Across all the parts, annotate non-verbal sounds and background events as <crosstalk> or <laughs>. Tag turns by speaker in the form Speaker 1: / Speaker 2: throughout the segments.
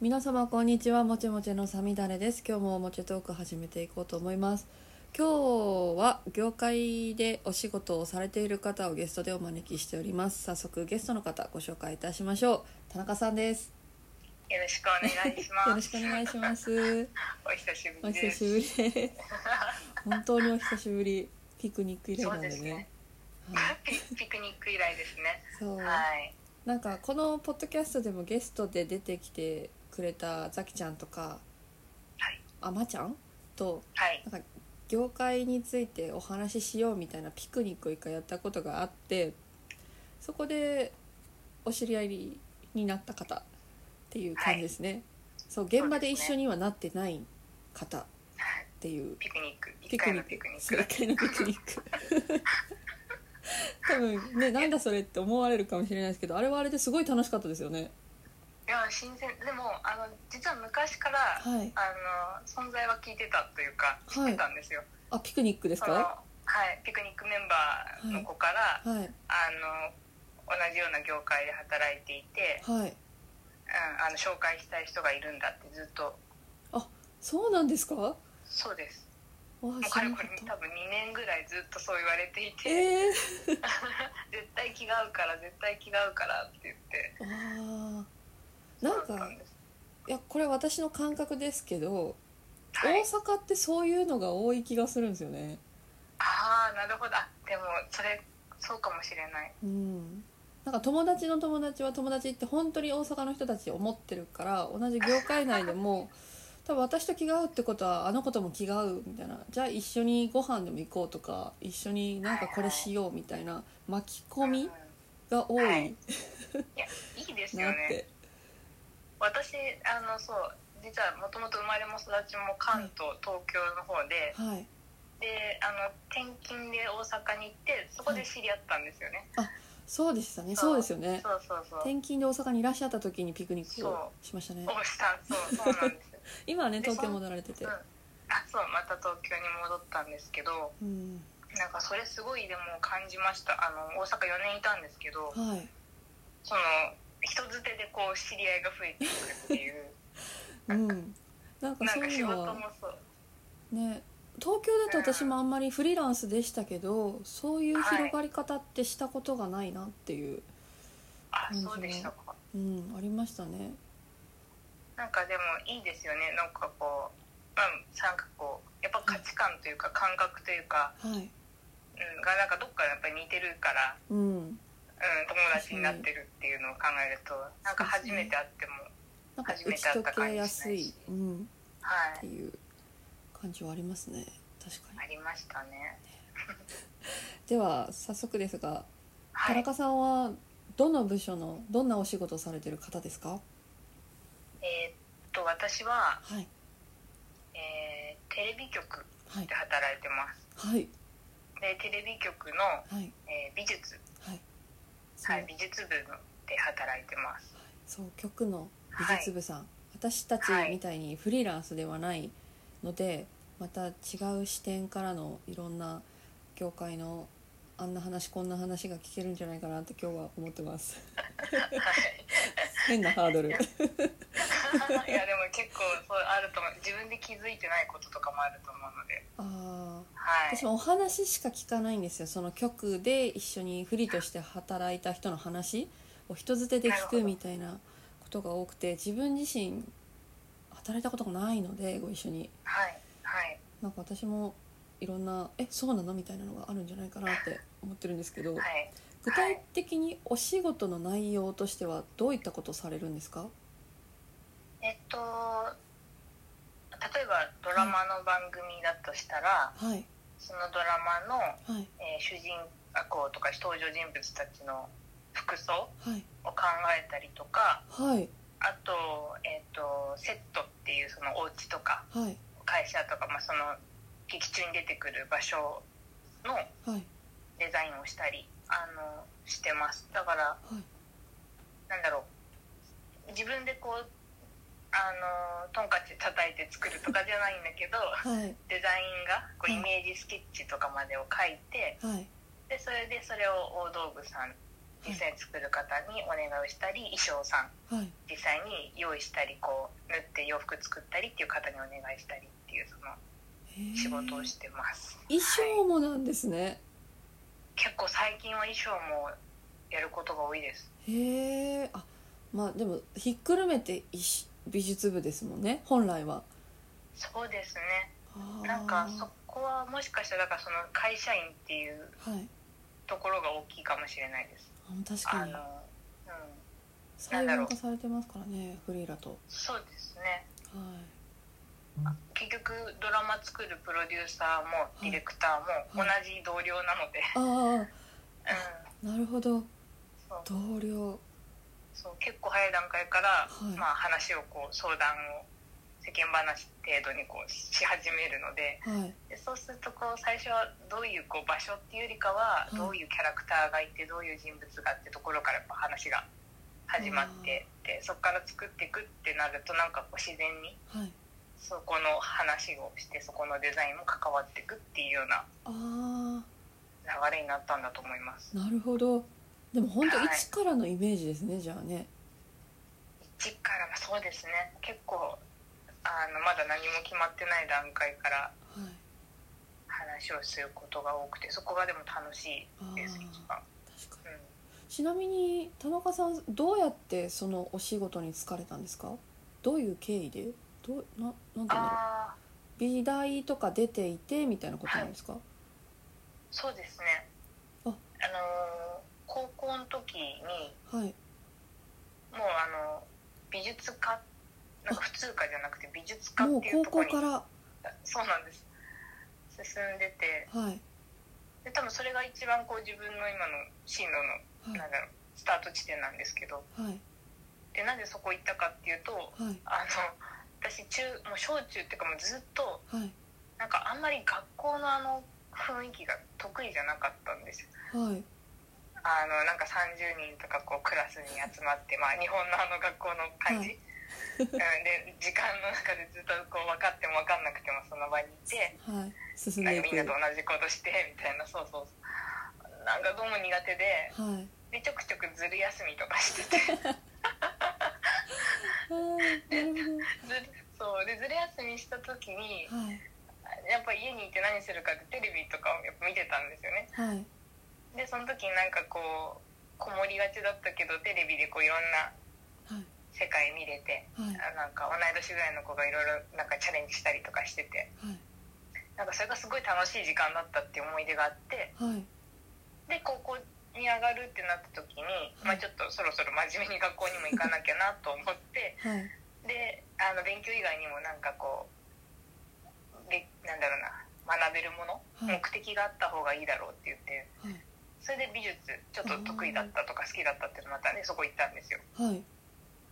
Speaker 1: 皆様こんにちはもちもちのさみだれです今日ももちトーク始めていこうと思います今日は業界でお仕事をされている方をゲストでお招きしております早速ゲストの方ご紹介いたしましょう田中さんです
Speaker 2: よろしくお願いします。。
Speaker 1: よろしくお願いしますす
Speaker 2: お久し
Speaker 1: お
Speaker 2: ぶりで
Speaker 1: 久
Speaker 2: す。
Speaker 1: しぶりです本当にお久しぶりピクニック以来なんで
Speaker 2: そうです
Speaker 1: ね
Speaker 2: ね
Speaker 1: はい、
Speaker 2: ピピクニック以来ですね。
Speaker 1: そう
Speaker 2: はい。
Speaker 1: なんかこのポッドキャストでもゲストで出てきてくれたザキちゃんとか、
Speaker 2: はい
Speaker 1: あまちゃんと
Speaker 2: はい。
Speaker 1: 業界についてお話ししようみたいなピクニックを一回やったことがあってそこでお知り合いになった方っていう感じですね、そう現場で一緒にはなってない方っ
Speaker 2: はい
Speaker 1: ていう
Speaker 2: ピクニック。一
Speaker 1: ピク
Speaker 2: 回
Speaker 1: ニ
Speaker 2: の
Speaker 1: ッ
Speaker 2: ピクニ
Speaker 1: ク
Speaker 2: ッ
Speaker 1: そう
Speaker 2: ク
Speaker 1: 一。回のピクニック <laughs> 多分ねなんだそれって思われるかもしれないですけどあれはあれですごい楽しかったですよね
Speaker 2: いや、新鮮。でも、あの、実は昔から、
Speaker 1: はい
Speaker 2: あの、存在は聞いてたというか、知ってたんですよ。
Speaker 1: あピクニックです
Speaker 2: その、
Speaker 1: か
Speaker 2: はい。ピクニックメンバーの子から、
Speaker 1: はい
Speaker 2: あの、同じような業界で働いていて、
Speaker 1: はい
Speaker 2: うん、あの、紹介したい人がいるんだってずっと、
Speaker 1: そうなんですかわ
Speaker 2: そうです。
Speaker 1: あ
Speaker 2: もう
Speaker 1: 知
Speaker 2: かられ
Speaker 1: な
Speaker 2: こ
Speaker 1: か
Speaker 2: れ
Speaker 1: った
Speaker 2: 多分2年ぐらいずっとそう言われていて、
Speaker 1: ええ
Speaker 2: 絶対気が合うから絶対気が合うからって言って
Speaker 1: あーなん
Speaker 2: そうだ
Speaker 1: か
Speaker 2: ったんです
Speaker 1: いやこれ私の感覚ですけど、
Speaker 2: はい
Speaker 1: 大、阪ってそういうのが多い気がするんですよね
Speaker 2: ああなるほどあでもそれそうかもしれない
Speaker 1: うんなんか友達の友達は友達って本当に大阪の人たち思ってるから同じ業界内で
Speaker 2: <laughs>
Speaker 1: も多分私と気が合うってことはあの子とも気が合うみたいなじゃあ一緒にご飯でも行こうとか一緒になんかこれしようみたいな巻き込
Speaker 2: うんい
Speaker 1: みが多
Speaker 2: はいいやいいです
Speaker 1: なっ
Speaker 2: よね
Speaker 1: て
Speaker 2: 私あのそう実はもともと生まれも育ちも関東、東京の方で
Speaker 1: はい
Speaker 2: であの転勤で大阪に行ってそこで知り合ったんですよね、
Speaker 1: そうでしたね
Speaker 2: そう
Speaker 1: そうですよね
Speaker 2: そうそうそう
Speaker 1: 転勤で大阪にいらっしゃった時にピクニックを
Speaker 2: そ
Speaker 1: しましたね
Speaker 2: 大下そうそう
Speaker 1: <laughs>
Speaker 2: なんですよ、
Speaker 1: 今はね
Speaker 2: で
Speaker 1: 東京
Speaker 2: その
Speaker 1: 戻られてて
Speaker 2: うん、あそうまた東京に戻ったんですけど
Speaker 1: うん
Speaker 2: なんかそれすごいでも感じましたあの大阪4年いたんですけど
Speaker 1: はい
Speaker 2: その人づてでこう知り合いが増えていくっていう
Speaker 1: <laughs> うんなんか
Speaker 2: な
Speaker 1: そ
Speaker 2: ん
Speaker 1: う
Speaker 2: か
Speaker 1: い
Speaker 2: 仕
Speaker 1: う
Speaker 2: 事
Speaker 1: のは
Speaker 2: もそう
Speaker 1: ね東京だと私もあんまりフリーランスでしたけどそういう広がり方ってしたことがないなっていう、
Speaker 2: あ
Speaker 1: うん
Speaker 2: そうでしたか
Speaker 1: うんありましたね
Speaker 2: なんかでもいいですよねなんかこうまあなんかこうやっぱ価値観というか感覚というか、
Speaker 1: はい
Speaker 2: うん、がなんかどっかやっぱり似てるから、
Speaker 1: うん
Speaker 2: うん、友達になってるっていうのを考えるとなんか初めて会っても
Speaker 1: なんか打ち解けやすい、うん、
Speaker 2: は
Speaker 1: って
Speaker 2: い
Speaker 1: いう感じはありますね確か
Speaker 2: ありましたね
Speaker 1: にでは早速ですが
Speaker 2: は
Speaker 1: 田
Speaker 2: い
Speaker 1: 中さんはどの部署のどんなお仕事をされてる方ですか
Speaker 2: えーっと私は、
Speaker 1: はい
Speaker 2: えーテレビ局
Speaker 1: はい
Speaker 2: で働いてます
Speaker 1: はい
Speaker 2: でテレビ局の、
Speaker 1: はい
Speaker 2: えー美術
Speaker 1: はいそう,、
Speaker 2: はい、美術部で働いてます。
Speaker 1: そう局の美術部さん、私たちみたいにフリーランスではないのでまた違う視点からのいろんな業界のあんな話こんな話が聞けるんじゃないかなって今日は思ってます変なハードル
Speaker 2: い <laughs> やでも結構そうあると思う自分で気づいてないこととかもあると思うので、
Speaker 1: あー
Speaker 2: はい、
Speaker 1: 私もお話しか聞かないんですよその局で一緒にフリーとして働いた人の話を人づてで聞くみたいなことが多くて自分自身働いたことがないのでご一緒に
Speaker 2: はいはい
Speaker 1: なんか私もいろんな「えそうなの?」みたいなのがあるんじゃないかなって思ってるんですけど、
Speaker 2: はい
Speaker 1: 具体的にお仕事の内容としてはどういったことをされるんですか
Speaker 2: えっと例えばドラマの番組だとしたら、
Speaker 1: はい
Speaker 2: そのドラマの、
Speaker 1: はい
Speaker 2: えー主人公とか登場人物たちの服装
Speaker 1: はい
Speaker 2: を考えたりとか
Speaker 1: はい
Speaker 2: あと,、えっとセットっていうそのお家とか
Speaker 1: はい
Speaker 2: 会社とか、まあ、その劇中に出てくる場所の
Speaker 1: はい
Speaker 2: デザインをしたりあのしてますだから
Speaker 1: はい
Speaker 2: なんだろう自分でこうあのトンカチ叩いて作るとかじゃないんだけど <laughs>
Speaker 1: はい
Speaker 2: デザインがこう
Speaker 1: うん
Speaker 2: イメージスケッチとかまでを書いて
Speaker 1: はい
Speaker 2: でそれでそれを大道具さん実際に作る方にお願いをしたり衣装さん
Speaker 1: はい
Speaker 2: 実際に用意したりこう縫って洋服作ったりっていう方にお願いしたりっていうその
Speaker 1: へー
Speaker 2: 仕事をしてます、
Speaker 1: 衣
Speaker 2: はい
Speaker 1: 装もなんですね、
Speaker 2: 結構最近は衣装もやることが多いです
Speaker 1: へえあまあでもひっくるめていし美術部ですもんね本来は
Speaker 2: そうですね
Speaker 1: あー
Speaker 2: なんかそこはもしかしたらだからその会社員っていう
Speaker 1: はい
Speaker 2: ところが大きいかもしれないです
Speaker 1: あ確
Speaker 2: あ
Speaker 1: か
Speaker 2: のう
Speaker 1: に
Speaker 2: ん
Speaker 1: 細分化されてますからねフリーラと
Speaker 2: そうですね
Speaker 1: はい
Speaker 2: 結局ドラマ作るプロデューサーも
Speaker 1: い
Speaker 2: ディレクターも同じ同僚なので、
Speaker 1: あ
Speaker 2: うん
Speaker 1: あなるほど
Speaker 2: そ
Speaker 1: 同
Speaker 2: う
Speaker 1: 僚
Speaker 2: そう結構早い段階から、
Speaker 1: はい
Speaker 2: まあ、話をこう相談を世間話程度にこうし始めるので
Speaker 1: はい
Speaker 2: でそうするとこう最初はどういうこう場所っていうよりかは、
Speaker 1: はい
Speaker 2: どういうキャラクターがいてどういう人物がってところからやっぱ話が始まってでそこから作っていくってなるとなんかこう自然に
Speaker 1: はい
Speaker 2: そこの話をしてそこのデザインも関わっていくっていうような
Speaker 1: あ
Speaker 2: 流れになったんだと思います
Speaker 1: あ。なるほどでも本当
Speaker 2: はい
Speaker 1: 一からのイメージですねじゃあね
Speaker 2: 一からはそうですね結構あのまだ何も決まってない段階から
Speaker 1: はい
Speaker 2: 話をすることが多くてそこがでも楽しいです
Speaker 1: あー
Speaker 2: 一番、
Speaker 1: 確か
Speaker 2: う
Speaker 1: に
Speaker 2: ん、
Speaker 1: ちなみに田中さんどうやってそのお仕事に就かれたんですかどういう経緯でどうななんていうんだろう
Speaker 2: ああ
Speaker 1: 美大とか出ていてみたいなことなんですか、
Speaker 2: そうですね
Speaker 1: あ
Speaker 2: あのー高校の時に
Speaker 1: はい、
Speaker 2: もうあの美術科なんか普通科じゃなくて美術科
Speaker 1: も
Speaker 2: っ
Speaker 1: う
Speaker 2: ていう
Speaker 1: 高校
Speaker 2: ところに
Speaker 1: から
Speaker 2: そうなんです進んでて
Speaker 1: はい
Speaker 2: で多分それが一番こう自分の今の進路
Speaker 1: は
Speaker 2: の
Speaker 1: い
Speaker 2: なんだろうスタート地点なんですけど
Speaker 1: はい
Speaker 2: でなんでそこ行ったかっていうと
Speaker 1: はい
Speaker 2: あの私中もう小中っていうかもうずっと
Speaker 1: はい
Speaker 2: なんかあんまり学校のあの雰囲気が得意じゃなかったんですよ
Speaker 1: はい
Speaker 2: あのなんか30人とかこうクラスに集まって、まあ、日本のあの学校の感じ、うん、で時間の中でずっとこう分かっても分かんなくてもその場にいて
Speaker 1: はい進ん
Speaker 2: な
Speaker 1: で
Speaker 2: ん
Speaker 1: い
Speaker 2: か
Speaker 1: く
Speaker 2: みんなと同じことしてみたいなそうそうそうなんかどうも苦手で
Speaker 1: はい
Speaker 2: でちょくちょくずる休みとかしてて <laughs>
Speaker 1: はいなる
Speaker 2: ずるそうでずる休みした時に
Speaker 1: ほどはい
Speaker 2: やっぱ家にいて何するかってテレビとかをやっぱ見てたんですよね
Speaker 1: はい
Speaker 2: でその時になんかこうこもりがちだったけどテレビでこういろんな
Speaker 1: はい
Speaker 2: 世界見れて
Speaker 1: はい
Speaker 2: あなんか同い年ぐらいの子がいろいろなんかチャレンジしたりとかしててなんかそれがすごい楽しい時間だったっていう思い出があって
Speaker 1: はいはい
Speaker 2: で高校に上がるってなった時に、まあ、ちょっとそろそろ真面目に学校にも行かなきゃなと思って
Speaker 1: はい
Speaker 2: であの勉強以外にもなんかこうべなんだろうな学べるもの、
Speaker 1: はい
Speaker 2: 目的があった方がいいだろうって言って
Speaker 1: はい
Speaker 2: それで美術ちょっと得意だったとか好きだったっていうのもあったんでそこ行ったんですよ
Speaker 1: はい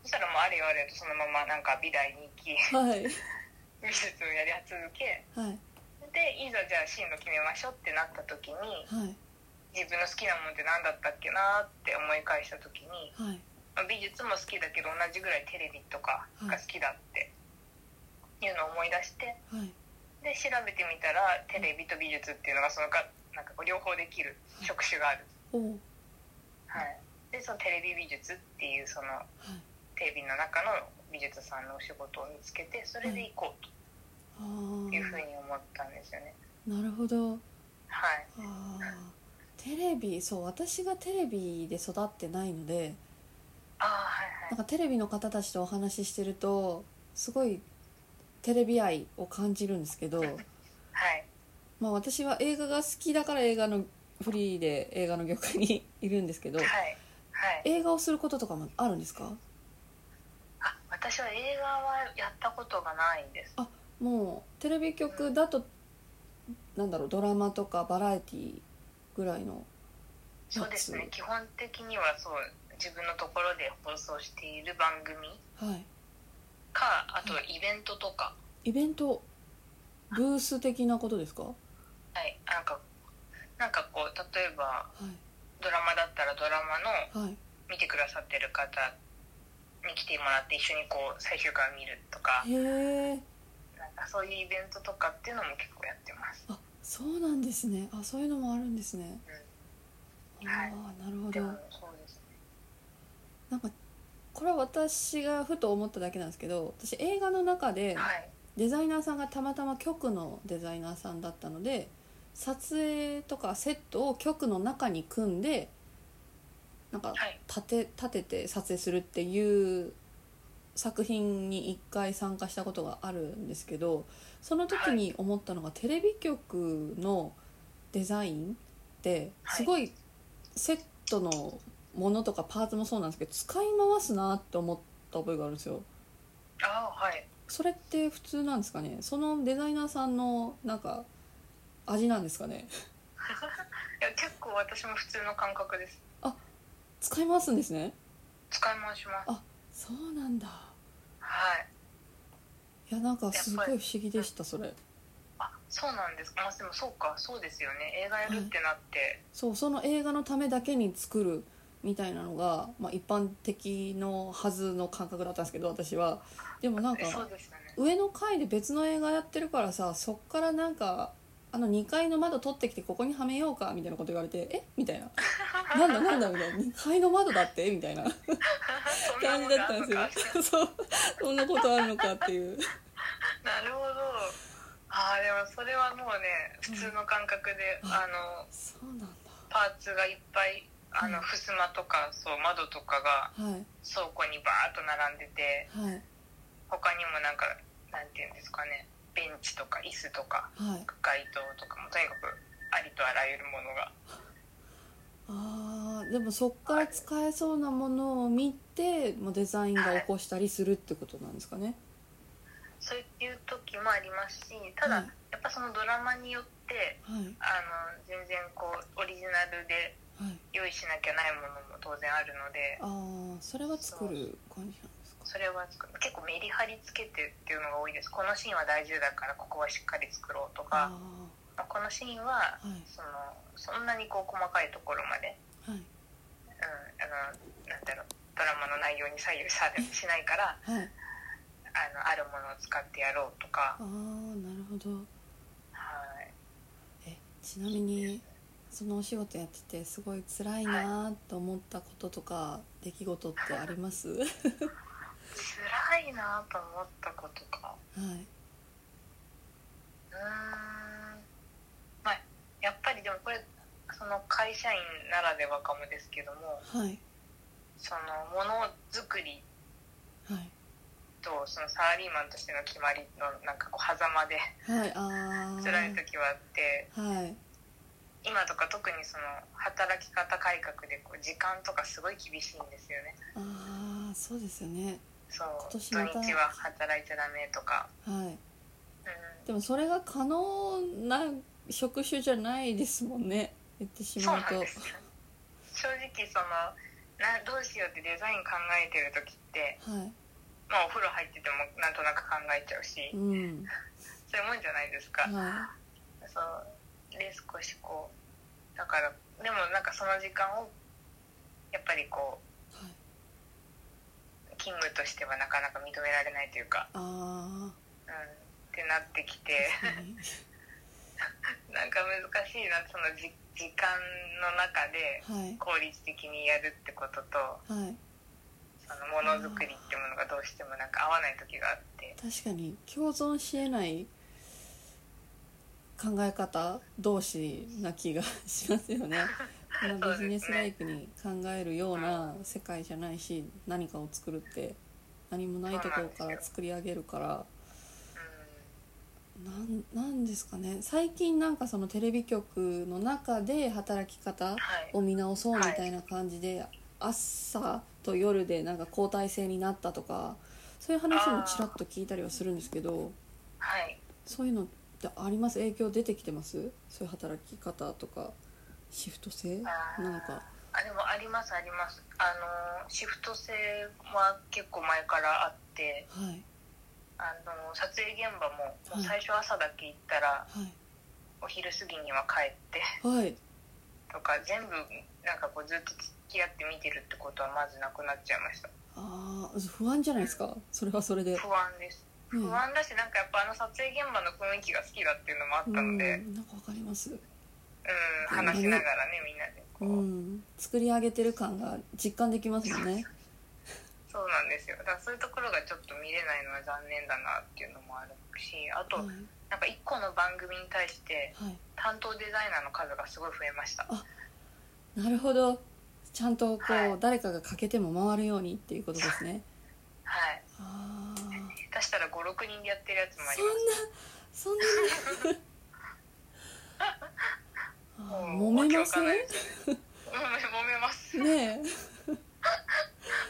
Speaker 2: そしたらもうあれよあれよとそのままなんか美大に行き
Speaker 1: はい
Speaker 2: 美術をやり続け
Speaker 1: はい
Speaker 2: でいざじゃあ進路決めましょうってなった時に
Speaker 1: はい
Speaker 2: 自分の好きなものって何だったっけなって思い返した時に
Speaker 1: はい
Speaker 2: まあ美術も好きだけど同じぐらいテレビとかが好きだっていうのを思い出して
Speaker 1: はい
Speaker 2: で調べてみたらテレビと美術っていうのがそのかなんかこう両方できる職種がある、
Speaker 1: おう
Speaker 2: はい、でそのテレビ美術っていうその
Speaker 1: はい
Speaker 2: テレビの中の美術さんのお仕事を見つけてそれで行こう
Speaker 1: あ
Speaker 2: というふう
Speaker 1: ー
Speaker 2: に思ったんですよね
Speaker 1: なるほど
Speaker 2: はい
Speaker 1: あーテレビそう私がテレビで育ってないので
Speaker 2: ああ
Speaker 1: なん
Speaker 2: はいはい
Speaker 1: かテレビの方たちとお話ししてるとすごいテレビ愛を感じるんですけど、
Speaker 2: はい
Speaker 1: まあ、私は映画が好きだから映画のフリーで映画の業界にいるんですけど
Speaker 2: はいはい
Speaker 1: 映画をすることとかもあるんですか
Speaker 2: あ私は映画はやったことがないんです
Speaker 1: もうテレビ局だとなんだろうドラマとかバラエティぐらいの
Speaker 2: そうですね基本的にはそう自分のところで放送している番組
Speaker 1: はい
Speaker 2: かあとイベントとか
Speaker 1: イベントブース的なことですかは
Speaker 2: はいなんかなんかこう例えば
Speaker 1: い
Speaker 2: ドラマだったらドラマの
Speaker 1: はい
Speaker 2: 見てくださってる方に来てもらって一緒にこう最終回を見るとか
Speaker 1: へえ
Speaker 2: なんかそういうイベントとかっていうのも結構やってます。
Speaker 1: あそうなんですねあそういうのもあるんですね
Speaker 2: うんはい
Speaker 1: ああなるほ
Speaker 2: で
Speaker 1: ど
Speaker 2: もそうですね
Speaker 1: なんかこれは私がふと思っただけなんですけど私映画の中で
Speaker 2: はい
Speaker 1: デザイナーさんがたまたま局のデザイナーさんだったので撮影とかセットを局の中に組んでなんか
Speaker 2: はい
Speaker 1: 立て立てて撮影するっていう作品に1回参加したことがあるんですけどその時に思ったのが、テレビ局のデザインって
Speaker 2: はい
Speaker 1: すごいセットのものとかパーツもそうなんですけど使い回すなって思った覚えがあるんですよ。
Speaker 2: ああはい
Speaker 1: それって普通なんですかねそのデザイナーさんのなんか味なんですかね
Speaker 2: いや結構私も普通の感覚です
Speaker 1: 使い回すんですね
Speaker 2: 使い回します
Speaker 1: あそうなんだ
Speaker 2: はい
Speaker 1: いやなんかすごい不思議でしたそれ
Speaker 2: あそうなんですまあでもそうかそうですよね映画やるってなって、
Speaker 1: そうその映画のためだけに作るみたいなのが、まあ、一般的のはずの感覚だったんですけど私はでもなん
Speaker 2: えそ
Speaker 1: か
Speaker 2: うですよね
Speaker 1: 上の階で別の映画やってるからさそっからなんかあの2階の窓取ってきてここにはめようかみたいなこと言われてえみたいななんだなんだみたいな2階の窓だってみたいな
Speaker 2: <laughs> そんな
Speaker 1: 感
Speaker 2: の
Speaker 1: じだ
Speaker 2: が
Speaker 1: っ
Speaker 2: あ
Speaker 1: たんで
Speaker 2: るの
Speaker 1: す
Speaker 2: か
Speaker 1: よ <laughs> そうそんなことあるのかっていう
Speaker 2: なるほどああでもそれはもうね普通の感覚で、
Speaker 1: うん
Speaker 2: あの
Speaker 1: そうなんだ
Speaker 2: パーツがいっぱいあ
Speaker 1: う
Speaker 2: の
Speaker 1: ん
Speaker 2: 襖とかそう窓とかが
Speaker 1: はい
Speaker 2: 倉庫にバーッと並んでて
Speaker 1: はい
Speaker 2: 他にもなんかなんていうんですかねベンチとか椅子とか
Speaker 1: はい
Speaker 2: 街灯とかもとにかくありとあらゆるものが
Speaker 1: あーでもそっから使えそうなものを見てもうデザインが起こしたりするってことなんですかね
Speaker 2: そういう時もありますしただ、
Speaker 1: うん
Speaker 2: やっぱそのドラマによって
Speaker 1: はい
Speaker 2: あの全然こうオリジナルで
Speaker 1: はい
Speaker 2: 用意しなきゃないものも当然あるので
Speaker 1: ああそれは作る感じなんですか
Speaker 2: それは作る結構メリハリつけてっていうのが多いですこのシーンは大事だからここはしっかり作ろうとか
Speaker 1: あ
Speaker 2: このシーンは
Speaker 1: あはい
Speaker 2: そのそんなにこう細かいところまで、
Speaker 1: はい
Speaker 2: うん、あのなんだろうドラマの内容に左右されしないから
Speaker 1: はい
Speaker 2: あのあるものを使ってやろうとか
Speaker 1: あ、あなるほど
Speaker 2: はい、
Speaker 1: えちなみにそのお仕事やっててすごい辛いなーと思ったこととか出来事ってあり <laughs> ます、はい、
Speaker 2: 辛いなと思ったことかうーんまあやっぱりでもこれその会社員ならではかもですけども
Speaker 1: はい
Speaker 2: そのものづくり
Speaker 1: はい
Speaker 2: とそのサラリーマンとしての決まりのなんかこう狭間で
Speaker 1: はいあー
Speaker 2: 辛い時はあって
Speaker 1: はい
Speaker 2: 今とか特にその働き方改革でこう時間とかすごい厳しいんですよね
Speaker 1: ああそうですよね
Speaker 2: そう土日
Speaker 1: 今年また
Speaker 2: は働いちゃダメとか、
Speaker 1: はい
Speaker 2: うん、
Speaker 1: でもそれが可能な職種じゃないですもんね言ってし
Speaker 2: そう
Speaker 1: まう
Speaker 2: な
Speaker 1: と
Speaker 2: んですよ正直そのなどうしようってデザイン考えてる時って、
Speaker 1: は
Speaker 2: まあ、お風呂入っててもなんとなく考えちゃうし
Speaker 1: いうん
Speaker 2: そういうもんじゃないですか
Speaker 1: は
Speaker 2: そうで少しこうだからでもなんかその時間をやっぱりこう
Speaker 1: いはい
Speaker 2: 勤務としてはなかなか認められないというか、
Speaker 1: あ
Speaker 2: うん、ってなってき
Speaker 1: あ
Speaker 2: <laughs> てなんか難しいなそのじ時間の中で
Speaker 1: はい
Speaker 2: 効率的にやるってことと
Speaker 1: はい
Speaker 2: そのものづくりってものがどうしてもなんか合わない時があって
Speaker 1: 確かに共存しえない考え方同士な気がしますよ <laughs> ね。このビジネスライクに考えるような世界じゃないし何かを作るって何もないところから作り上げるから
Speaker 2: う
Speaker 1: なんなんですかね最近なんかそのテレビ局の中で働き方
Speaker 2: んはい
Speaker 1: を見直そうみたいな感じで、朝と夜でなんか交代制になったとかそういう話もちらっと聞いたりはするんですけど
Speaker 2: はい
Speaker 1: そういうのってあります影響出てきてますそういう働き方とかシフト制
Speaker 2: あー
Speaker 1: なんか
Speaker 2: あでもありますありますあのシフト制は結構前からあって
Speaker 1: はい
Speaker 2: あの撮影現場もも
Speaker 1: はいう
Speaker 2: 最初朝だけ行ったら、
Speaker 1: は
Speaker 2: お昼過ぎには帰って <laughs>
Speaker 1: いはい
Speaker 2: とか全部なんかこうずっと付き合って見てるってことはまずなくなっちゃいました
Speaker 1: あー不安じゃないですかそれはそれで、
Speaker 2: 不安です
Speaker 1: うん、
Speaker 2: 不安だしなんかやっぱあの撮影現場の雰囲気が好きだっていうのもあったので、
Speaker 1: うんなんかわかります
Speaker 2: うん、話しながらねみんなでここ
Speaker 1: う
Speaker 2: う、
Speaker 1: ん、作り上げてる感が実感できますよね。
Speaker 2: そうなんですよだからそういうところがちょっと見れないのは残念だなっていうのもあるしあと、
Speaker 1: はい、
Speaker 2: なんか1個の番組に対して
Speaker 1: はい、
Speaker 2: 担当デザイナーの数がすごい増えました
Speaker 1: あなるほど。ちゃんとこう、
Speaker 2: はい
Speaker 1: 誰かが欠けても回るようにっていうことですね。
Speaker 2: はい
Speaker 1: ああ、
Speaker 2: 下手したら56人でやってるやつもあり
Speaker 1: そんな、そんなに。あー揉めませんね
Speaker 2: <laughs> ますもうわけわかんないですよね揉め揉めます
Speaker 1: え。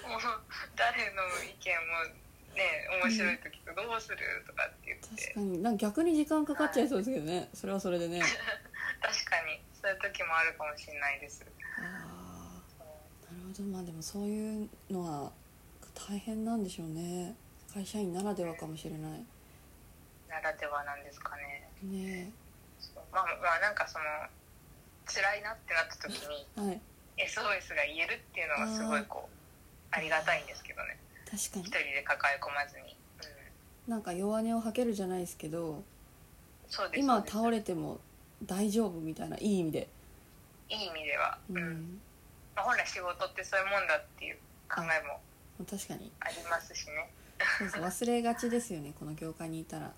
Speaker 2: もう誰の意見もね面白い時とどうするとかって言って
Speaker 1: 確かに、なんか逆に時間かかっちゃいそうですけどね。それはそれでね。
Speaker 2: 確かにそういう時もあるかもしれないです
Speaker 1: ああ、なるほど。まあでもそういうのは大変なんでしょうね。会社員ならではかもしれない。
Speaker 2: ならではなんですかね
Speaker 1: ね
Speaker 2: そうまあまあなんかその辛いなってなった時
Speaker 1: <laughs>
Speaker 2: に
Speaker 1: え。はい。
Speaker 2: SOS が言えるっていうのがすごいこうありがたいんですけどね
Speaker 1: 確かに
Speaker 2: 一。人で抱え込まずに、うん、
Speaker 1: なんか弱音を吐けるじゃないですけど、
Speaker 2: そうです
Speaker 1: 今
Speaker 2: そう
Speaker 1: 倒れても大丈夫みたいないい意味で。
Speaker 2: ですいい意味では、
Speaker 1: う
Speaker 2: うん
Speaker 1: ん。
Speaker 2: まあ、本来仕事ってそういうもんだっていう考えも
Speaker 1: 確かに。
Speaker 2: ありますしね
Speaker 1: そうそう忘れがちですよね。この業界にいたら。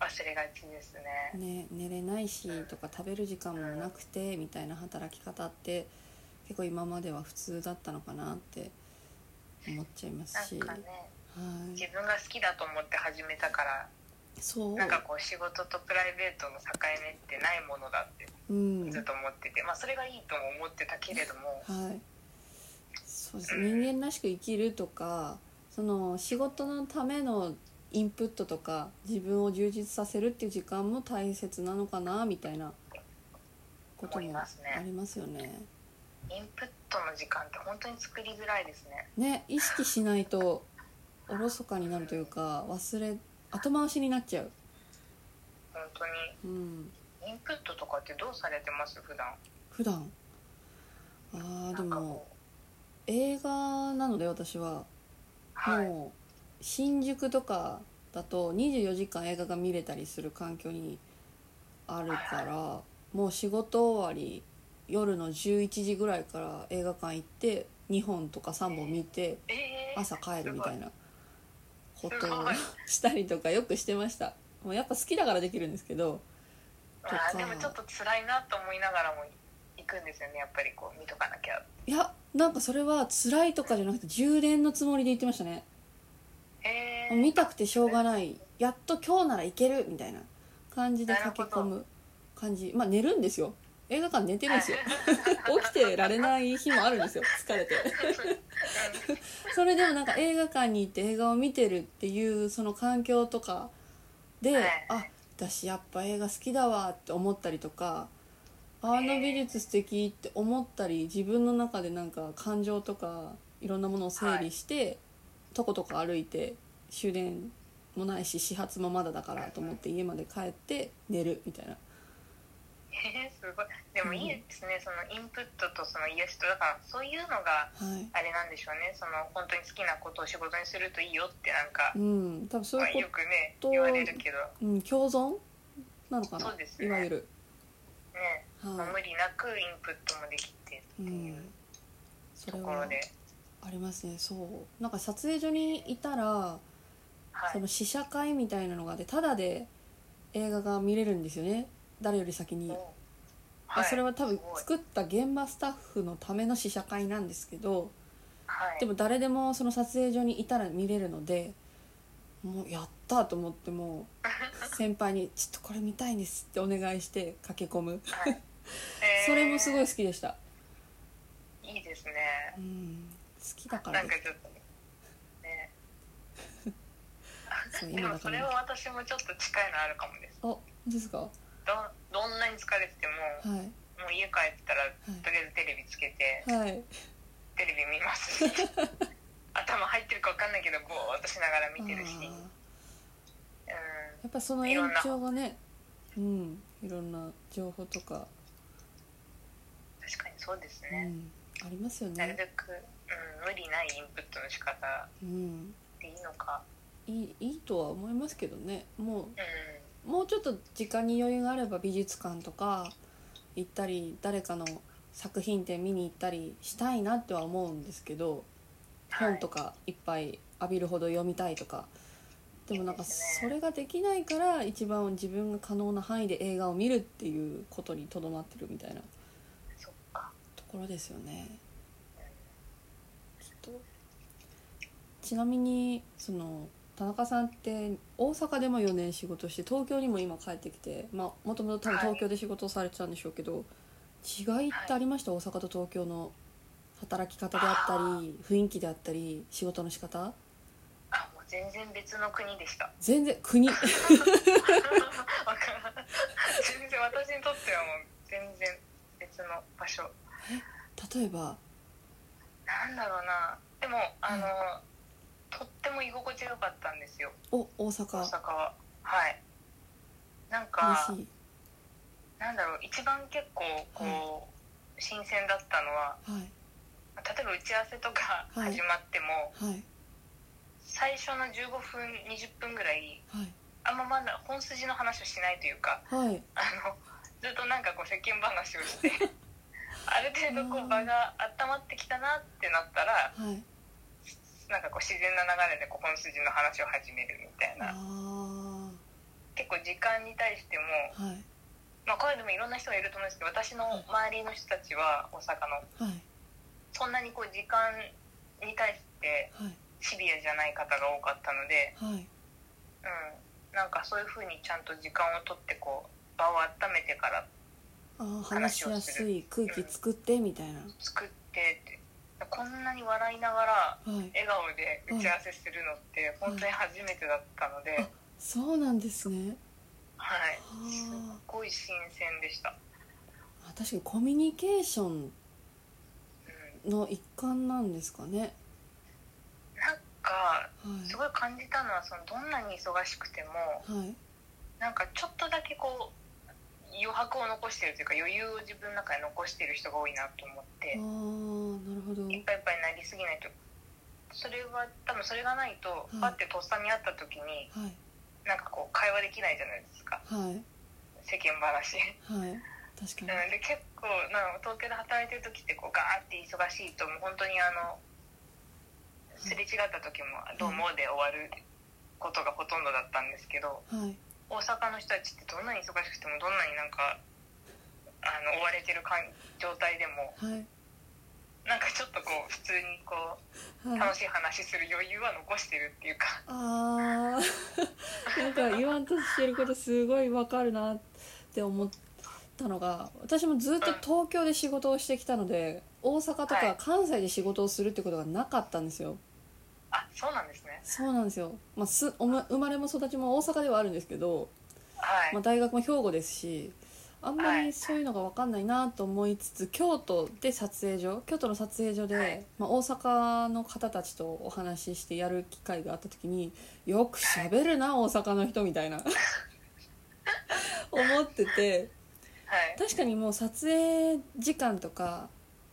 Speaker 2: 忘れがちですね
Speaker 1: ね、寝れないしとか食べる時間もなくてみたいな働き方って結構今までは普通だったのかなって思っちゃいます
Speaker 2: なん
Speaker 1: し、
Speaker 2: か
Speaker 1: は
Speaker 2: ね
Speaker 1: い、
Speaker 2: 自分が好きだと思って始めたから
Speaker 1: そう
Speaker 2: なんかこう仕事とプライベートの境目ってないものだって
Speaker 1: うん
Speaker 2: ずっと思ってて、まあ、それがいいとも思ってたけれども、
Speaker 1: はいそうです人間らしく生きるとかその仕事のためのインプットとか自分を充実させるっていう時間も大切なのかなみたいなこと
Speaker 2: 思い
Speaker 1: もあ
Speaker 2: ますね
Speaker 1: りますよね。
Speaker 2: インプットの時間って本当に作りづらいですね
Speaker 1: ね意識しないとおろそかになるというか忘れ後回しになっちゃう、
Speaker 2: 本当に
Speaker 1: うん、
Speaker 2: インプットとかってどうされてます普段
Speaker 1: 普段あーで
Speaker 2: なんか
Speaker 1: も
Speaker 2: こう
Speaker 1: 映画なので私は、
Speaker 2: はい
Speaker 1: もう新宿とかだと24時間映画が見れたりする環境にあるから、もう仕事終わり夜の11時ぐらいから映画館行って2本とか3本見て
Speaker 2: えー、
Speaker 1: 朝帰るみたいなこと
Speaker 2: す
Speaker 1: を
Speaker 2: ごい
Speaker 1: <laughs> したりとかよくしてましたもうやっぱ好きだからできるんですけど
Speaker 2: まあでもちょっと辛いなと思いながらも行くんですよねやっぱりこう見とかなきゃ
Speaker 1: いやなんかそれは辛いとかじゃなくて充電のつもりで言ってましたね
Speaker 2: えー、
Speaker 1: 見たくてしょうがないやっと今日ならいけるみたいな感じで駆け込む感じまあ寝るんですよ映画館寝てるんですよ <laughs> 起きてられない日もあるんですよ疲れて
Speaker 2: <laughs>
Speaker 1: それでもなんか映画館に行って映画を見てるっていうその環境とかで、
Speaker 2: はい
Speaker 1: あ私やっぱ映画好きだわって思ったりとかあの美術素敵って思ったり自分の中でなんか感情とかいろんなものを整理して、とことか歩いて終電もないし始発もまだだからと思って家まで帰って寝るみたいな
Speaker 2: えーすごいでもいいですね、そのインプットとその癒しとだからそういうの
Speaker 1: は
Speaker 2: が
Speaker 1: い
Speaker 2: あれなんでしょうねその本当に好きなことを仕事にするといいよってなんか
Speaker 1: う、ん多分そう
Speaker 2: ま
Speaker 1: い
Speaker 2: あ、
Speaker 1: う
Speaker 2: よくね
Speaker 1: と
Speaker 2: 言われるけど
Speaker 1: こ、うん、共存なのかな、
Speaker 2: そうですね
Speaker 1: いわゆる
Speaker 2: ね、まあ
Speaker 1: は
Speaker 2: 無理なくインプットもできて
Speaker 1: い、う
Speaker 2: ってい
Speaker 1: ん
Speaker 2: う、
Speaker 1: そ
Speaker 2: と
Speaker 1: れ
Speaker 2: ころ
Speaker 1: は
Speaker 2: で、
Speaker 1: ありますねそうなんか撮影所にいたら
Speaker 2: はい
Speaker 1: その試写会みたいなのがあってタダで映画が見れるんですよね誰より先に、
Speaker 2: お
Speaker 1: まあそれは多分
Speaker 2: すごい
Speaker 1: 作った現場スタッフのための試写会なんですけど
Speaker 2: はい、
Speaker 1: でも誰でもその撮影所にいたら見れるのでもうやったと思っても
Speaker 2: <laughs>
Speaker 1: う先輩に「ちょっとこれ見たいんです」ってお願いして駆け込む
Speaker 2: はい
Speaker 1: <laughs> それもすごい
Speaker 2: い
Speaker 1: 好きでした、
Speaker 2: いいですね
Speaker 1: うん、好きだか
Speaker 2: な
Speaker 1: ら
Speaker 2: ん
Speaker 1: です
Speaker 2: かちょっとね
Speaker 1: そう
Speaker 2: で
Speaker 1: 今だ
Speaker 2: もそ
Speaker 1: か
Speaker 2: れ
Speaker 1: ら
Speaker 2: は私もちょっと近いのあるかもです
Speaker 1: あ本当ですかは
Speaker 2: どどんなに疲れてても
Speaker 1: い
Speaker 2: もう家帰ったらとりあえずテレビつけて
Speaker 1: はい
Speaker 2: テレビ
Speaker 1: <laughs>
Speaker 2: 見ますし頭入ってるか分かんないけどぼーっとしながら見てるし
Speaker 1: あー
Speaker 2: うん
Speaker 1: やっぱその延長がねうんいろんな情報とか、
Speaker 2: 確かにそうです
Speaker 1: う
Speaker 2: ね、
Speaker 1: ん、ありますよ
Speaker 2: なる
Speaker 1: ね、
Speaker 2: べく、うん、無理ないインプットの仕方
Speaker 1: うん、
Speaker 2: でいいのか
Speaker 1: いいいいとは思いますけどねも
Speaker 2: うん
Speaker 1: うもうちょっと時間に余裕があれば美術館とか行ったり誰かの好作品展見に行ったりしたいなっては思うんですけど
Speaker 2: はい
Speaker 1: 本とかいっぱい浴びるほど読みたいとかでもなんか
Speaker 2: いいです
Speaker 1: そ
Speaker 2: ね
Speaker 1: れができないから一番自分が可能な範囲で映画を見るっていうことにとどまってるみたいな
Speaker 2: そっか
Speaker 1: ところですよね。ちょっとちなみにその田中さんって大阪でも4年仕事して東京にも今帰ってきてまあもともと多分
Speaker 2: はい
Speaker 1: 東京で仕事をされてたんでしょうけど、違いってありました、大阪と東京の働き方であったり雰囲気であったり仕事の仕方
Speaker 2: あもう全然別の国でした
Speaker 1: 全然国 <laughs>
Speaker 2: わからん全然私にとってはもう全然別の場所
Speaker 1: 例えば
Speaker 2: なんだろうなでもあの、
Speaker 1: う
Speaker 2: とっても居心地よかったんですよ
Speaker 1: お大
Speaker 2: 大
Speaker 1: 阪
Speaker 2: 阪ははいなんか
Speaker 1: 嬉しい
Speaker 2: なんだろう一番結構こう、新鮮だったのは
Speaker 1: はい
Speaker 2: 例えば打ち合わせとか
Speaker 1: はい
Speaker 2: 始まっても、
Speaker 1: はい
Speaker 2: 最初の15分20分ぐらい
Speaker 1: はい
Speaker 2: あんままだ本筋の話をしないというか
Speaker 1: はい
Speaker 2: あのずっとなんかこう世間話
Speaker 1: <laughs>
Speaker 2: をしてある程度こう場が温まってきたなってなったら
Speaker 1: はい
Speaker 2: なんかこう自然な流れでこう本筋の話を始めるみたい
Speaker 1: あ
Speaker 2: な結構時間に対しても、
Speaker 1: ーはい
Speaker 2: まあ、これでもいろんな人がいると思うんですけど私の周りの人たちは大阪の
Speaker 1: はい
Speaker 2: そんなにこう時間に対して
Speaker 1: はい
Speaker 2: シビアじゃない方が多かったので、
Speaker 1: はい
Speaker 2: うん、なんかそういうふうにちゃんと時間を取ってこう場を温めてから
Speaker 1: あー話しやすい空気作ってみたいな、
Speaker 2: 作ってってこんなに笑いながら
Speaker 1: はい
Speaker 2: 笑顔で打ち合わせするのって本当に初めてだったの
Speaker 1: うん
Speaker 2: で、
Speaker 1: そうなんですね
Speaker 2: は
Speaker 1: は、
Speaker 2: いすっごい新鮮でした。
Speaker 1: あ確かにコミュニケーション
Speaker 2: うん、
Speaker 1: の一環なんですかね
Speaker 2: なんかす
Speaker 1: は
Speaker 2: ごい感じたのはそのどんなに忙しくても
Speaker 1: いはい
Speaker 2: なんかちょっとだけこう余白を残してるというか余裕を自分の中に残してる人が多いなと思っ
Speaker 1: あ
Speaker 2: て
Speaker 1: あ、なるほど
Speaker 2: いっぱいいっぱいになりすぎないとそれは多分それがないと
Speaker 1: い
Speaker 2: パッてとっさに会った時に
Speaker 1: はい
Speaker 2: なんかこう会話できないじゃないですか
Speaker 1: はい
Speaker 2: 世間話
Speaker 1: はい確
Speaker 2: な
Speaker 1: か
Speaker 2: ので結構なんか東京で働いてる時ってこうガーって忙しいともう本当にあのすれ違った時も「どうも」で終わることがほとんどだったんですけど
Speaker 1: にはい
Speaker 2: 大阪の人たちってどんなに忙しくてもどんなになんかあの追われてる感状態でも
Speaker 1: はい
Speaker 2: なんかちょっとこう普通にこう
Speaker 1: はい
Speaker 2: 楽しい話する余裕は残してるっていうか
Speaker 1: あー <laughs> なんか言わんとしてることすごいわかるなって思ったのが私もずっと東京で仕事をしてきたので大阪と
Speaker 2: は
Speaker 1: か
Speaker 2: い
Speaker 1: 関西で仕事をするってことがなかったんですよ
Speaker 2: あそうなんですね
Speaker 1: そうなんですよ、まあ、すおま生まれも育ちも大阪ではあるんですけど、
Speaker 2: はい
Speaker 1: まあ、大学も兵庫ですしあんま
Speaker 2: は
Speaker 1: り
Speaker 2: い
Speaker 1: そういうのが分かんないなと思いつつ京都で撮影所京都の撮影所で、
Speaker 2: はい
Speaker 1: まあ、大阪の方たちとお話ししてやる機会があった時によくしゃべるな大阪の人みた
Speaker 2: <laughs>
Speaker 1: いな思ってて
Speaker 2: はい
Speaker 1: 確かにもう撮影時間とか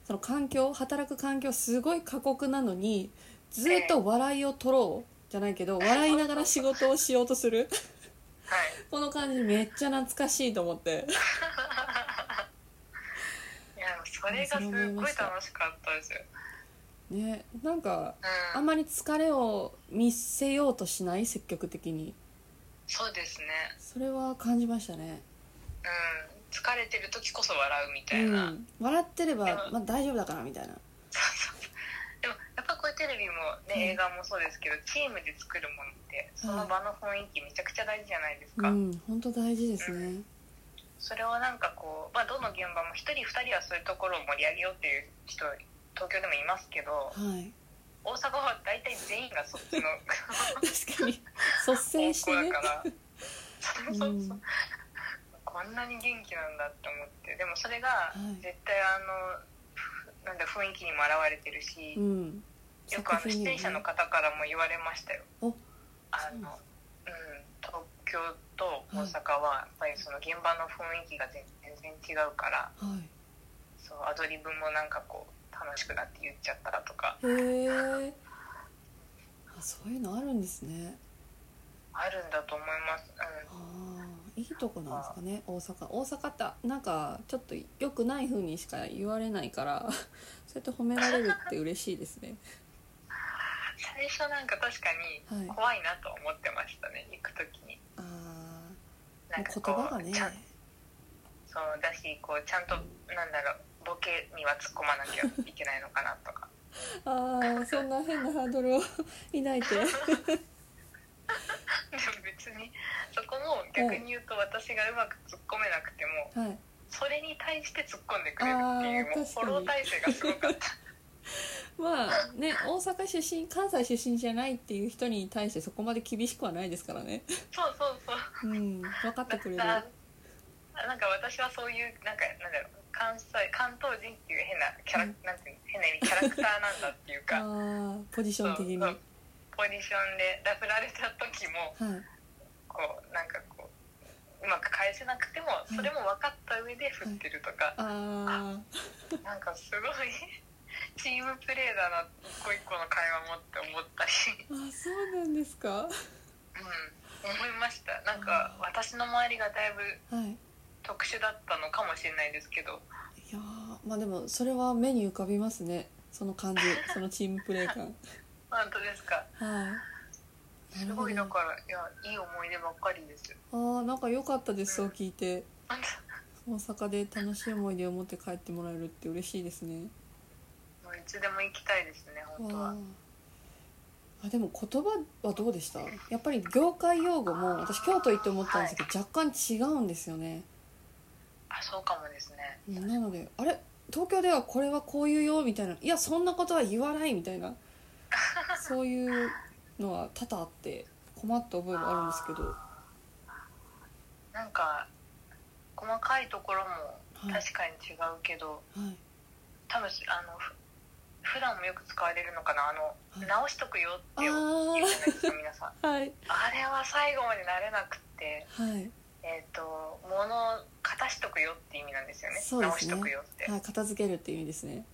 Speaker 1: その環境働く環境すごい過酷なのにずっと笑いを取ろうじゃないけど笑いながら仕事をしようとする
Speaker 2: はい
Speaker 1: この感じめっちゃ懐かしいと思って
Speaker 2: いやそれがすっごい楽しかったですよ
Speaker 1: ねなんかあ
Speaker 2: うん
Speaker 1: んまり疲れを見せようとしない積極的に
Speaker 2: そうですね
Speaker 1: それは感じましたね
Speaker 2: うん疲れてる時こそ笑うみ
Speaker 1: う
Speaker 2: たいな、
Speaker 1: ん笑ってれば
Speaker 2: でも、
Speaker 1: まあ、大丈夫だからみたいな
Speaker 2: そうそうでもやっぱこういうテレビもね、
Speaker 1: うん
Speaker 2: 映画もそうですけどチームで作るものってその場の雰囲気めちゃくちゃ大事じゃないです
Speaker 1: う
Speaker 2: か、
Speaker 1: ん本当大事ですね
Speaker 2: それをなんかこう、まあ、どの現場も1人2人はそういうところを盛り上げようっていう人東京でもいますけ
Speaker 1: は
Speaker 2: ど
Speaker 1: い
Speaker 2: 大阪は大体全員がそっ
Speaker 1: <laughs>
Speaker 2: ちの
Speaker 1: 確かに率先して
Speaker 2: 方向
Speaker 1: ね
Speaker 2: だから
Speaker 1: <laughs> う
Speaker 2: そうそうそう、
Speaker 1: んは
Speaker 2: こんなに元気なんだって思ってでもそれが
Speaker 1: い
Speaker 2: 絶対あの、ふなんだ雰囲気にも表れてるし、
Speaker 1: うん
Speaker 2: よくあの
Speaker 1: 作品に
Speaker 2: 出
Speaker 1: も
Speaker 2: 演者の方からも言われましたよ。
Speaker 1: お
Speaker 2: あ
Speaker 1: そうなん
Speaker 2: のうん、東京と大阪はやっぱりその現場の雰囲気が全全然違うから
Speaker 1: は
Speaker 2: そうアドリブもなんかこう楽しくなって言っちゃったらとか
Speaker 1: いへえそういうのあるんですね
Speaker 2: あるんだと思います、うん、
Speaker 1: ああいいとこなんですかね大阪大阪ってなんかちょっと良くない風にしか言われないから <laughs> そうやって褒められるって嬉しいですね
Speaker 2: 最初なんか確かに
Speaker 1: はい
Speaker 2: 怖いなと思ってましたね行く時に
Speaker 1: ああ
Speaker 2: な
Speaker 1: も
Speaker 2: ん
Speaker 1: う
Speaker 2: か
Speaker 1: 言
Speaker 2: こう
Speaker 1: 葉がね
Speaker 2: ちゃんそうだしこうちゃんとなんだろうボケには突っ込まなきゃいけないのかなとか <laughs>
Speaker 1: ああそんな変なハードルを <laughs> 抱いて
Speaker 2: でも別にそこも逆に言うと私がうまく突っ込めなくても
Speaker 1: はい
Speaker 2: それに対して突っ込んでくれるっていう
Speaker 1: あー
Speaker 2: もうフォロー体制がすごかった
Speaker 1: <laughs> まあね大阪出身関西出身じゃないっていう人に対してそこまで厳しくはないですからね
Speaker 2: そうそうそう
Speaker 1: うん分かってくれる
Speaker 2: だなんか私はそういうなんかなんだろう関西関東人っていう変なキャラ、
Speaker 1: うん
Speaker 2: なんていうの変な意味キャラクターなんだっていう
Speaker 1: あ
Speaker 2: か
Speaker 1: ーポジション的に
Speaker 2: そう
Speaker 1: は
Speaker 2: そうポジションでラフられた時も
Speaker 1: い
Speaker 2: こうなんかこううまく返せなくてもそれも分かった上で振ってるとか、
Speaker 1: あ
Speaker 2: なんかすごい <laughs> チームプレーだな一個一個の会話もって思ったり、
Speaker 1: ーあそうなんですか
Speaker 2: うん、思いましたなんか私の周りがだいぶ
Speaker 1: はい
Speaker 2: 特殊だったのかもしれないですけど
Speaker 1: いやーまあでもそれは目に浮かびますねその
Speaker 2: <laughs>
Speaker 1: 感じそのチームプレー感
Speaker 2: 本当ですか
Speaker 1: はいな
Speaker 2: す
Speaker 1: る
Speaker 2: ご
Speaker 1: ほ
Speaker 2: い
Speaker 1: ど
Speaker 2: だからいやいい思い出ばっかりです。
Speaker 1: あーなんか良かったですそう聞いて
Speaker 2: 本
Speaker 1: 大阪で楽しい思い出を持って帰ってもらえるって嬉しいですね
Speaker 2: 当もういつでも行きたいですね本当は
Speaker 1: わ。ーあでも言葉はどうでしたやっぱり業界用語も私京都行って思ったんですけど、若干違うんですよね
Speaker 2: あそうかもですね。
Speaker 1: なのであれ東京ではこれはこういうよみたいないやそんなことは言わないみたいなそういうのは多々あって困った覚えがあるんですけど
Speaker 2: なんか細かいところも
Speaker 1: はい
Speaker 2: 確かに違うけど、
Speaker 1: はい
Speaker 2: 多分あのふ普段もよく使われるのかなあの、
Speaker 1: はい
Speaker 2: 直しとくよって言う
Speaker 1: あ
Speaker 2: じゃないですか皆さん。
Speaker 1: あはい
Speaker 2: あれは最後まで慣れなくって。
Speaker 1: はい、
Speaker 2: えっ、と物を片しとくよって意味なんですよね。
Speaker 1: そうですね
Speaker 2: 直しとくよって。
Speaker 1: はい、片付けるっていう意味ですね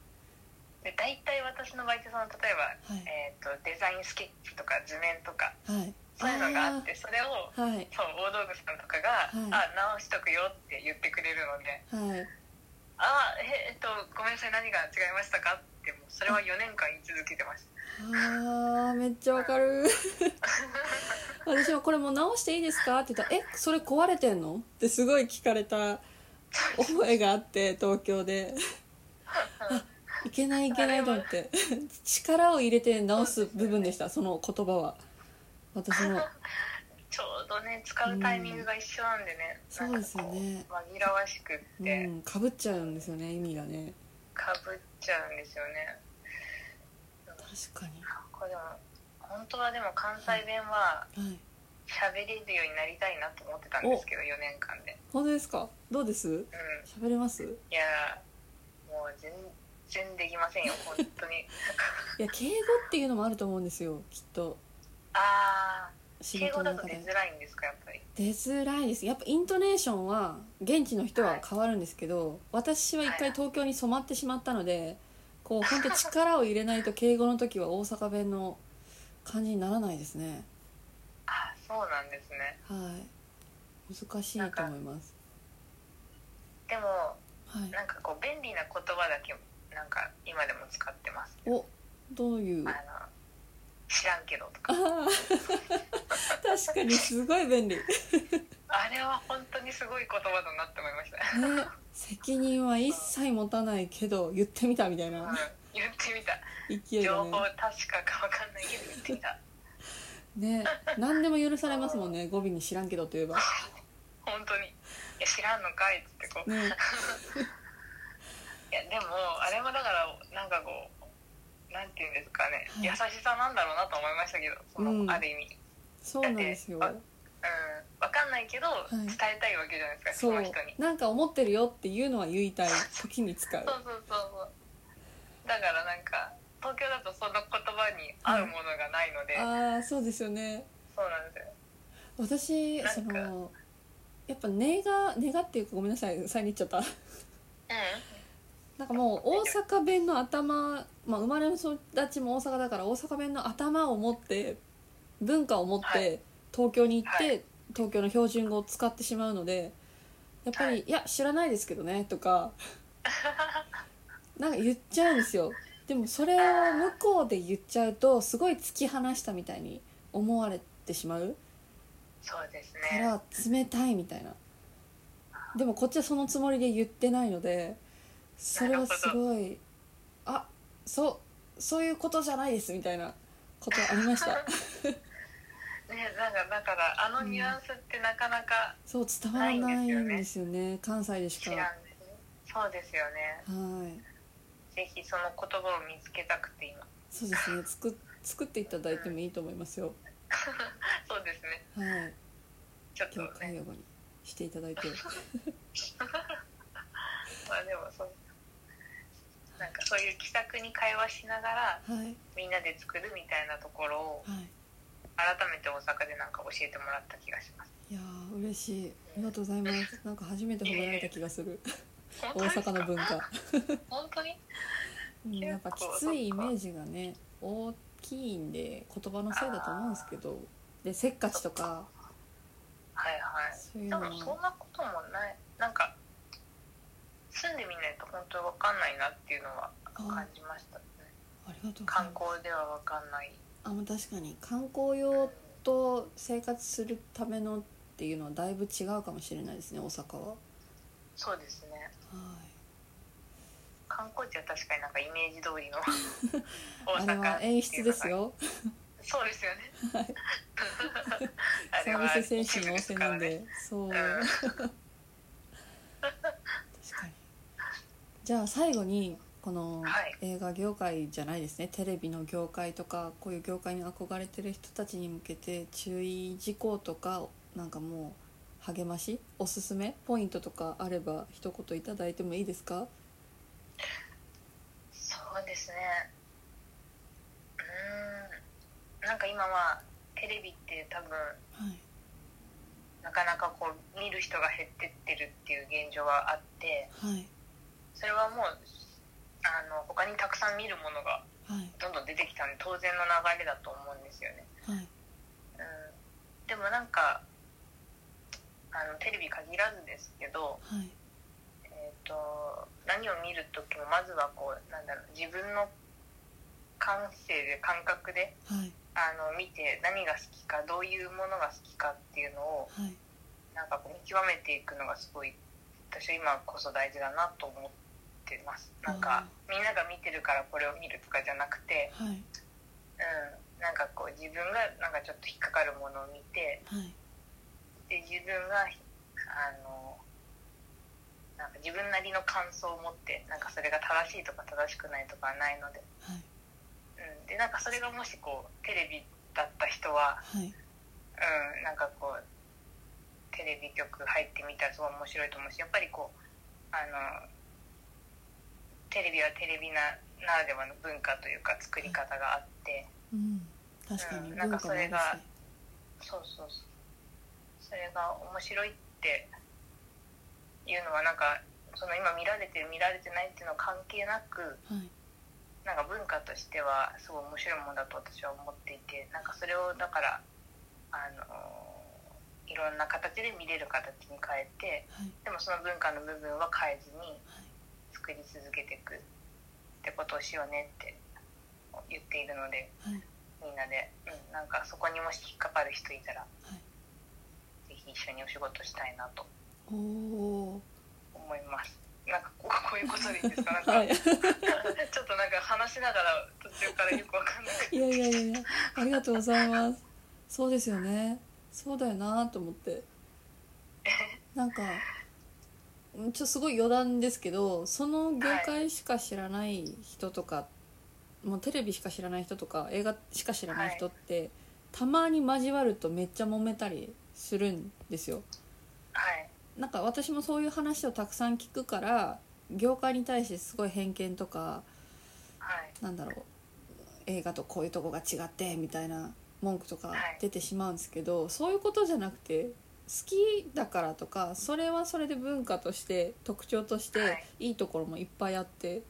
Speaker 2: で大体私のバイトさん例えば
Speaker 1: はい
Speaker 2: えー、とデザインスケッチとか図面とか
Speaker 1: はい
Speaker 2: そういうのがあってそれを
Speaker 1: あーはい
Speaker 2: そう大道具さんとかが「
Speaker 1: は
Speaker 2: あ直しとくよ」って言ってくれるので
Speaker 1: はい
Speaker 2: 「あええっとごめんなさい何が違いましたか?」ってもうそれは4年間言い続けてまし
Speaker 1: あーめっちゃわかる私はこれもう直していいですかって言ったら「えそれ壊れてんの?」ってすごい聞かれた
Speaker 2: <laughs>
Speaker 1: 覚えがあって東京で
Speaker 2: たうん
Speaker 1: いけないいけないと思って力を入れて直す部分でしたその言葉は私の
Speaker 2: ちょうどね使うタイミングが一緒なんでね、
Speaker 1: うん
Speaker 2: なんかこ
Speaker 1: そうですよ
Speaker 2: 紛らわしくっ
Speaker 1: う
Speaker 2: て
Speaker 1: んかぶっちゃうんですよね意味がね
Speaker 2: かぶっちゃうんですよね、
Speaker 1: 確か
Speaker 2: これでも本当はでも関西弁は
Speaker 1: にはい
Speaker 2: 喋れるようになりたいなと思ってたんですけど4年間で
Speaker 1: 本当ですかどうです
Speaker 2: うん
Speaker 1: 喋れます
Speaker 2: いやーもう全然できませんよ本当に <laughs>
Speaker 1: いや敬語っていうのもあると思うんですよきっと
Speaker 2: ああ
Speaker 1: 仕
Speaker 2: 敬
Speaker 1: 事
Speaker 2: 語だ
Speaker 1: の
Speaker 2: と
Speaker 1: 中
Speaker 2: 出
Speaker 1: で
Speaker 2: づらいんですかやっぱり
Speaker 1: 出づらいですやっぱイントネーションは現地の人は変わるんですけど私は一回東京に染まってしまったのでこう <laughs> 本当力を入れないと敬語の時は大阪弁の感じにならないですね
Speaker 2: ああそうなんですね
Speaker 1: はい難しいと思います
Speaker 2: でも
Speaker 1: はい
Speaker 2: なんかこう便利な言葉だけなんか今でも使ってます
Speaker 1: おどういう
Speaker 2: あの
Speaker 1: あ
Speaker 2: 知らんけどとか
Speaker 1: あ <laughs> 確かにすごい便
Speaker 2: <laughs>
Speaker 1: 利ね
Speaker 2: あれは本当にすごい言葉だなって思いました、
Speaker 1: 責任は一切持たないけど言ってみたみたい
Speaker 2: うん
Speaker 1: な、
Speaker 2: 言ってみた
Speaker 1: 勢い
Speaker 2: 情
Speaker 1: が
Speaker 2: 報確かか分かんないけど言ってみた
Speaker 1: ねね何でも許されますもんね語尾に知らんけどといえば
Speaker 2: 本当に「いや知らんのかい」っつってこう
Speaker 1: ね
Speaker 2: いやでもあれもだからなんかこうなんていうんですかね、
Speaker 1: はい
Speaker 2: 優しさなんだろうなと思いましたけどその、
Speaker 1: うん
Speaker 2: ある意味、うん、
Speaker 1: そうなんですよ
Speaker 2: だって分かんないけど、
Speaker 1: い
Speaker 2: 伝えたいわけじゃないですか
Speaker 1: そ
Speaker 2: その
Speaker 1: う
Speaker 2: 人に
Speaker 1: なんか思ってるよっていうのは言いたい時に使う
Speaker 2: そうそうそうそうだからなんか東京だとその言葉に合うものがないので、
Speaker 1: ああそうですよね
Speaker 2: そうなんですよ
Speaker 1: 私
Speaker 2: なんか
Speaker 1: そのやっぱ根が根がっていうかごめんなさい最に言っちゃった
Speaker 2: う
Speaker 1: なんかもう大阪弁の頭、まあ、生まれも育ちも大阪だから大阪弁の頭を持って文化を持って、
Speaker 2: はい
Speaker 1: 東京に行って、東京の標準語を使ってしまうのでやっぱり「
Speaker 2: はい
Speaker 1: い、や知らないですけどね」と
Speaker 2: <laughs>
Speaker 1: かなんか言っちゃうんですよでもそれを向こうで言っちゃうとすごい突き放したみたいに思われてしまう
Speaker 2: そうです
Speaker 1: か
Speaker 2: ね。
Speaker 1: ら冷たいみたいなでもこっちはそのつもりで言ってないのでそれはすごいあそうそういうことじゃないですみたいなことありました
Speaker 2: ね、なんか、だから、あのニュアンスってなかなか
Speaker 1: そう伝わらないんですよね関西でし
Speaker 2: 知
Speaker 1: から
Speaker 2: ん
Speaker 1: は
Speaker 2: ですね。そうですよね。
Speaker 1: い
Speaker 2: ぜひその言葉を見つけたくて今。
Speaker 1: そうですね作っ作っていただいてもいいと思いますよ
Speaker 2: そうですね。
Speaker 1: はい
Speaker 2: ちょっと
Speaker 1: 教会
Speaker 2: ね。
Speaker 1: 用語にしていただいて
Speaker 2: まあでもそう。なんかそういう気さくに会話しながら
Speaker 1: はいはい
Speaker 2: みんなで作るみたいなところを改めて大阪でなんか教えてもらった気がします。
Speaker 1: いやー嬉しいありがとうございますなんか初めて褒められた気がする
Speaker 2: 本当
Speaker 1: 大
Speaker 2: ですか
Speaker 1: 阪の文化
Speaker 2: 本当に
Speaker 1: うんやっぱきついイメージがね大きいんで言葉のせいだと思うんですけどでせっかちとか
Speaker 2: はいはい。
Speaker 1: そうい
Speaker 2: で
Speaker 1: うの
Speaker 2: もそ
Speaker 1: は
Speaker 2: んなこともない。なんか住んでみないと本当わかんないなっていうのは感
Speaker 1: あ
Speaker 2: じましたね。
Speaker 1: ありがとうござい
Speaker 2: 観
Speaker 1: ます
Speaker 2: 光ではわかんない。
Speaker 1: あまあ確かに観光用と生活するためのっていうのはだいぶ違うかもしれないですね大阪はは
Speaker 2: そうですね。
Speaker 1: い
Speaker 2: 観光地は確かになんかイメージ通り
Speaker 1: <laughs>
Speaker 2: の
Speaker 1: あれは演出です
Speaker 2: よ
Speaker 1: よ
Speaker 2: そうですよね <laughs> あれ
Speaker 1: サ
Speaker 2: は
Speaker 1: ービス精神旺盛なん
Speaker 2: 一
Speaker 1: でそう
Speaker 2: 部
Speaker 1: 確
Speaker 2: ですからね
Speaker 1: かにじゃあ最後にこの
Speaker 2: はい
Speaker 1: 映画業界じゃないですねテレビの業界とかこういう業界に憧れてる人たちに向けて注意事項とかなんかもう励ましおすすめポイントとかあれば一言いただいてもいいですか
Speaker 2: うんそうですねうーんなんか今はテレビって多分
Speaker 1: はい
Speaker 2: なかなかこう見る人が減ってってるっていう現状はあって
Speaker 1: はい
Speaker 2: それはもうあの他にたくさん見るものが
Speaker 1: はい
Speaker 2: どんどん出てきたんで当然の流れだと思うんですよね
Speaker 1: はい
Speaker 2: うんでもなんかあのテレビ限らずですけど、
Speaker 1: はい
Speaker 2: えー、と何を見る時もまずはこうなんだろう自分の感性で感覚で
Speaker 1: はい
Speaker 2: あの見て何が好きかどういうものが好きかっていうのを
Speaker 1: はい
Speaker 2: なんかこう見極めていくのがすごい私は今こそ大事だなと思ってますなんかみんなが見てるからこれを見るとかじゃなくて、
Speaker 1: はい
Speaker 2: うん、なんかこう自分がなんかちょっと引っかかるものを見て
Speaker 1: はい
Speaker 2: で自分があのなんか自分なりの感想を持ってなんかそれが正しいとか正しくないとかはないので,、
Speaker 1: はい
Speaker 2: うん、でなんかそれがもしこうテレビだった人は、
Speaker 1: はい
Speaker 2: うん、なんかこうテレビ局入ってみたらすごい面白いと思うしやっぱりこうあのテレビはテレビなならではの文化というか作り方があって
Speaker 1: うん確かに文
Speaker 2: うんな
Speaker 1: 化
Speaker 2: ん
Speaker 1: もある
Speaker 2: か
Speaker 1: し
Speaker 2: それがそうそうそうそれが面白いっていうのはなんかその今見られてる見られてないっていうのは関係なく
Speaker 1: はい
Speaker 2: なんか文化としてはすごい面白いものだと私は思っていてなんかそれをだからあのいろんな形で見れる形に変えて
Speaker 1: はい
Speaker 2: でもその文化の部分は変えずに
Speaker 1: はい
Speaker 2: 作り続けていくってことをしようねって言っているので
Speaker 1: はい
Speaker 2: みんなで、うん、なんかそこにもし引っかかる人いたら
Speaker 1: はい
Speaker 2: ぜひ一緒にお仕事したいなと
Speaker 1: おお
Speaker 2: 思います。なんかこうこういうことでいいですか。なんか、
Speaker 1: はい
Speaker 2: <laughs> ちょっとなんか話しながら途中からよくわかんなくて。
Speaker 1: いやいやいやいやありがとうございますそうですよねそうだよなと思ってなんかんちょすごい余談ですけどその業界しか知らない人とか、もうテレビしか知らない人とか映画しか知らない人って、たまに交わるとめっちゃ揉めたりするんですよ
Speaker 2: はい
Speaker 1: なんか私もそういう話をたくさん聞くから業界に対してすごい偏見とか
Speaker 2: はい
Speaker 1: なんだろう映画とこういうとこが違ってみたいな文句とか出てしまうんですけど、そういうことじゃなくて好きだからとかそれはそれで文化として特徴とし
Speaker 2: は
Speaker 1: て
Speaker 2: い
Speaker 1: いいところもいっぱいあって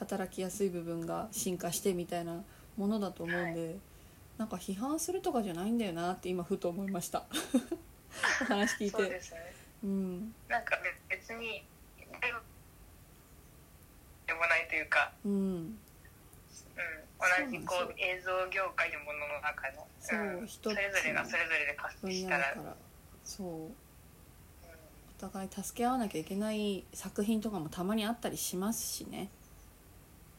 Speaker 1: 働きやすい部分が進化してみたいなも
Speaker 2: <laughs>
Speaker 1: のだと思うんで、なんか批判するとかじゃないんだよなって今ふと思いました。お話聞い
Speaker 2: そう
Speaker 1: て
Speaker 2: ですね
Speaker 1: うん
Speaker 2: なんか別にでもないというか、
Speaker 1: うん
Speaker 2: うん、同じこ
Speaker 1: そうな
Speaker 2: うん映像業界のものの中の、、
Speaker 1: そうん一つの
Speaker 2: それぞれがそれぞれで活動
Speaker 1: 分
Speaker 2: し
Speaker 1: 野
Speaker 2: た
Speaker 1: だ
Speaker 2: ら、
Speaker 1: か
Speaker 2: うん、
Speaker 1: らそうお互い助け合わなきゃいけない作品とかもたまにあったりしますしね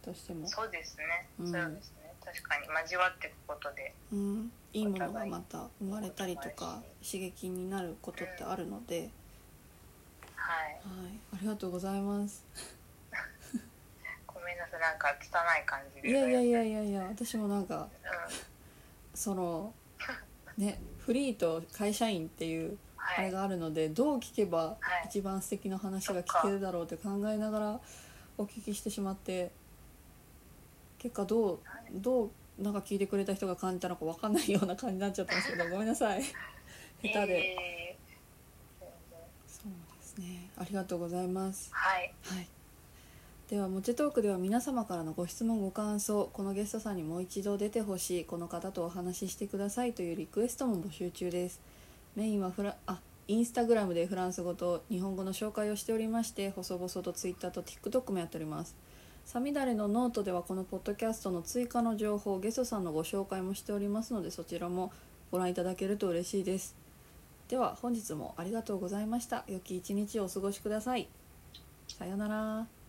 Speaker 1: どうしても、
Speaker 2: そうですね、
Speaker 1: うん
Speaker 2: そうですね確かに交わっていくことで、
Speaker 1: うん、いいものがまた生まれたりとか刺激になることってあるので、
Speaker 2: は
Speaker 1: は
Speaker 2: い、
Speaker 1: い、ありがとうございます
Speaker 2: ごめんなさいなんか拙い感じで
Speaker 1: いやいやいやいやいや私もなんか
Speaker 2: うん
Speaker 1: そ <laughs> のねフリーと会社員っていうあ
Speaker 2: は
Speaker 1: れ
Speaker 2: い、
Speaker 1: があるのでどう聞けば
Speaker 2: はい
Speaker 1: 一番素敵な話が聞けるだろうって考えながらお聞きしてしまって結果どうどうなんか聞いてくれた人が感じたのか分かんないような感じになっちゃったんですけどごめんなさい下手で、
Speaker 2: えー
Speaker 1: そうですねありがとうございます
Speaker 2: はい
Speaker 1: はい、では「もちトーク」では皆様からのご質問ご感想このゲストさんにもう一度出てほしいこの方とお話ししてくださいというリクエストも募集中ですメインはフラあインスタグラムでフランス語と日本語の紹介をしておりまして細々とツイッターと TikTok もやっておりますサミダレのノートではこのポッドキャストの追加の情報ゲストさんのご紹介もしておりますのでそちらもご覧いただけると嬉しいですでは本日もありがとうございました良き一日をお過ごしくださいさようなら。